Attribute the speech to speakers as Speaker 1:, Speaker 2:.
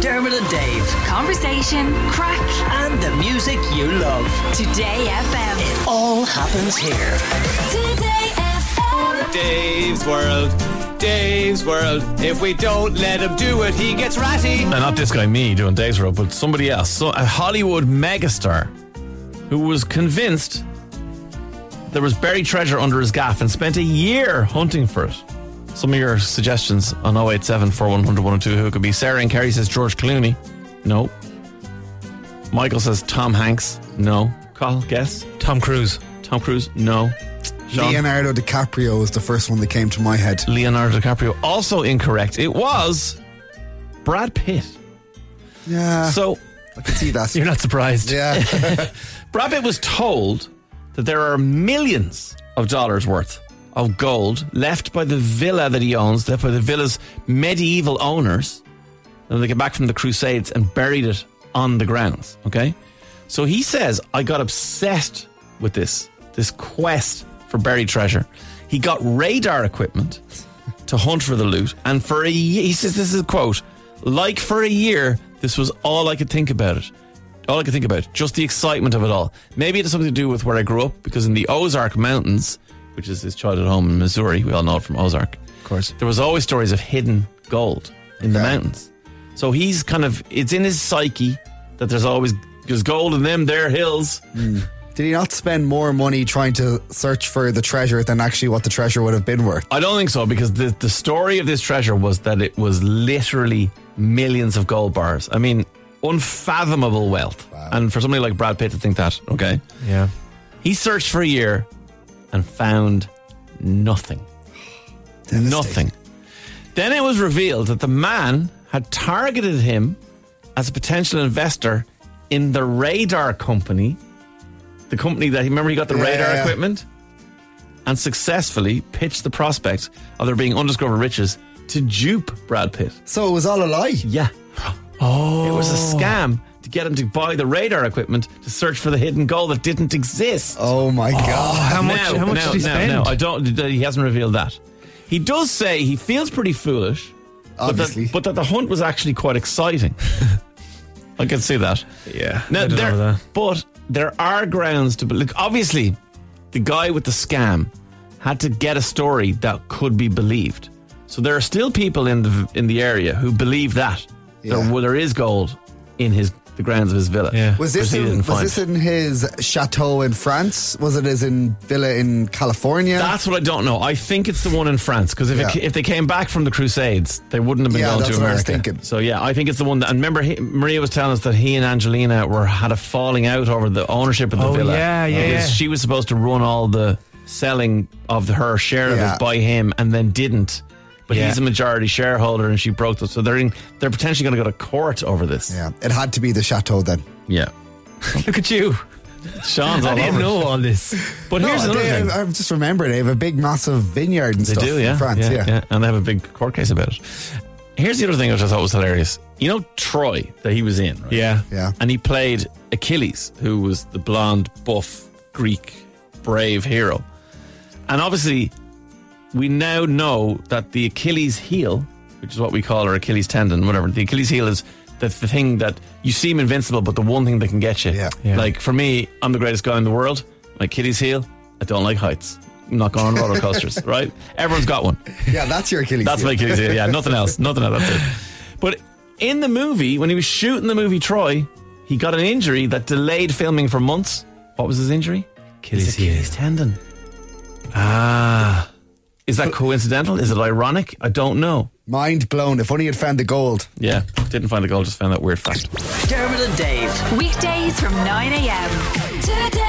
Speaker 1: Dermot and Dave.
Speaker 2: Conversation, crack,
Speaker 1: And the music you love.
Speaker 2: Today FM.
Speaker 1: All happens here.
Speaker 2: Today FM.
Speaker 3: Dave's World. Dave's World. If we don't let him do it, he gets ratty.
Speaker 4: And not this guy, me, doing Days Road, but somebody else. So, a Hollywood megastar who was convinced there was buried treasure under his gaff and spent a year hunting for it. Some of your suggestions on 087 4100 102 who it could be. Sarah and Kerry says George Clooney. No. Michael says Tom Hanks. No. Carl, guess.
Speaker 5: Tom Cruise.
Speaker 4: Tom Cruise. No. Sean?
Speaker 6: Leonardo DiCaprio is the first one that came to my head.
Speaker 4: Leonardo DiCaprio. Also incorrect. It was Brad Pitt.
Speaker 6: Yeah,
Speaker 4: So
Speaker 6: I can see that.
Speaker 5: You're not surprised.
Speaker 6: Ah. yeah,
Speaker 4: Brad Pitt was told that there are millions of dollars worth of gold left by the villa that he owns, left by the villa's medieval owners. And they came back from the Crusades and buried it on the grounds. Okay. So he says, I got obsessed with this, this quest for buried treasure. He got radar equipment to hunt for the loot. And for a year, he says, this is a quote, like for a year, this was all I could think about it. All I could think about, just the excitement of it all. Maybe it has something to do with where I grew up, because in the Ozark Mountains, which is his childhood home in Missouri, we all know it from Ozark,
Speaker 5: Of course.
Speaker 4: there was always stories of hidden gold in the mountains. So he's kind of, it's in his psyche that there's always, there's gold in them there hills.
Speaker 6: did he not spend more money trying to search for the treasure than actually what the treasure would have been worth?
Speaker 4: I don't think so because the, the story of this treasure was that it was literally millions of gold bars. I mean, unfathomable wealth. And for somebody like Brad Pitt to think that, okay.
Speaker 5: Yeah.
Speaker 4: He searched for a year and found nothing. Nothing. Then it was revealed that the man had targeted him as a potential investor in the radar company. The company that, remember, he got the
Speaker 6: Yeah,
Speaker 4: radar
Speaker 6: yeah, yeah.
Speaker 4: equipment and successfully pitched the prospect of there being undiscovered riches to dupe Brad Pitt.
Speaker 6: So it was all a lie.
Speaker 4: Yeah.
Speaker 5: Oh.
Speaker 4: It was a scam to get him to buy the radar equipment to search for the hidden gold that didn't exist.
Speaker 6: Oh my god!
Speaker 5: How much? how much
Speaker 4: now,
Speaker 5: did he
Speaker 4: now,
Speaker 5: spend?
Speaker 4: now. I don't. He hasn't revealed that. He does say he feels pretty foolish, but
Speaker 6: Obviously.
Speaker 4: that, but that the hunt was actually quite exciting. I can see that.
Speaker 5: yeah.
Speaker 4: Now,
Speaker 5: I don't
Speaker 4: there,
Speaker 5: know that.
Speaker 4: but there are grounds to believe. Obviously, the guy with the scam had to get a story that could be believed. So there are still people in the in the area who believe that there,
Speaker 6: Yeah.
Speaker 4: well, there is gold in his the grounds of his villa.
Speaker 5: Yeah.
Speaker 6: was
Speaker 4: which
Speaker 6: this
Speaker 4: he
Speaker 6: in,
Speaker 4: didn't
Speaker 6: was
Speaker 4: find.
Speaker 6: this in his chateau in France? Was it his in villa in California?
Speaker 4: That's what I don't know. I think it's the one in France because if, it
Speaker 6: Yeah.
Speaker 4: if they came back from the Crusades, they wouldn't have been
Speaker 6: Yeah,
Speaker 4: going
Speaker 6: that's
Speaker 4: to
Speaker 6: what I
Speaker 4: America.
Speaker 6: was thinking.
Speaker 4: So yeah, I think it's the one that. And remember, he, Maria was telling us that he and Angelina were had a falling out over the ownership of the
Speaker 5: Oh,
Speaker 4: villa.
Speaker 5: yeah, yeah,
Speaker 4: Because
Speaker 5: yeah.
Speaker 4: She was supposed to run all the selling of the- her share of
Speaker 6: Yeah.
Speaker 4: it by him, and then didn't. But
Speaker 5: Yeah.
Speaker 4: he's a majority shareholder, and she broke them. So they're in, they're potentially going to go to court over this.
Speaker 6: yeah, it had to be the chateau then.
Speaker 4: yeah.
Speaker 5: Look at you.
Speaker 4: Sean's all
Speaker 5: I didn't
Speaker 4: over. it.
Speaker 5: know all this.
Speaker 4: But here's
Speaker 6: no,
Speaker 4: another
Speaker 6: they,
Speaker 4: thing.
Speaker 6: I, I've just remembered they have a big, massive vineyard and
Speaker 4: They
Speaker 6: stuff
Speaker 4: do, yeah.
Speaker 6: in France. Yeah,
Speaker 4: And they have a big court case about it. Here's the other thing which I thought was hilarious. You know Troy that he was in, right?
Speaker 5: Yeah.
Speaker 6: Yeah.
Speaker 4: And he played Achilles, who was the blonde, buff, Greek, brave hero. And obviously, we now know that the Achilles heel, which is what we call our Achilles tendon, whatever, the Achilles heel is that's the thing that you seem invincible, but the one thing that can get you.
Speaker 6: Yeah.
Speaker 5: Yeah.
Speaker 4: Like for me, I'm the greatest guy in the world. My Achilles heel, I don't like heights. I'm not going on roller coasters, right? Everyone's got one.
Speaker 6: Yeah, that's your Achilles.
Speaker 4: That's
Speaker 6: heel.
Speaker 4: my Achilles heel. Yeah, nothing else. Nothing else. That's it. But in the movie, when he was shooting the movie Troy, he got an injury that delayed filming for months. What was his injury?
Speaker 5: Achilles
Speaker 4: His Achilles tendon. Ah. Is that coincidental? Is it ironic? I don't know.
Speaker 6: mind blown. If only you'd found the gold.
Speaker 4: Yeah, didn't find the goal, just found that weird fact.
Speaker 1: Dermot and Dave.
Speaker 2: Weekdays from 9 a.m. Today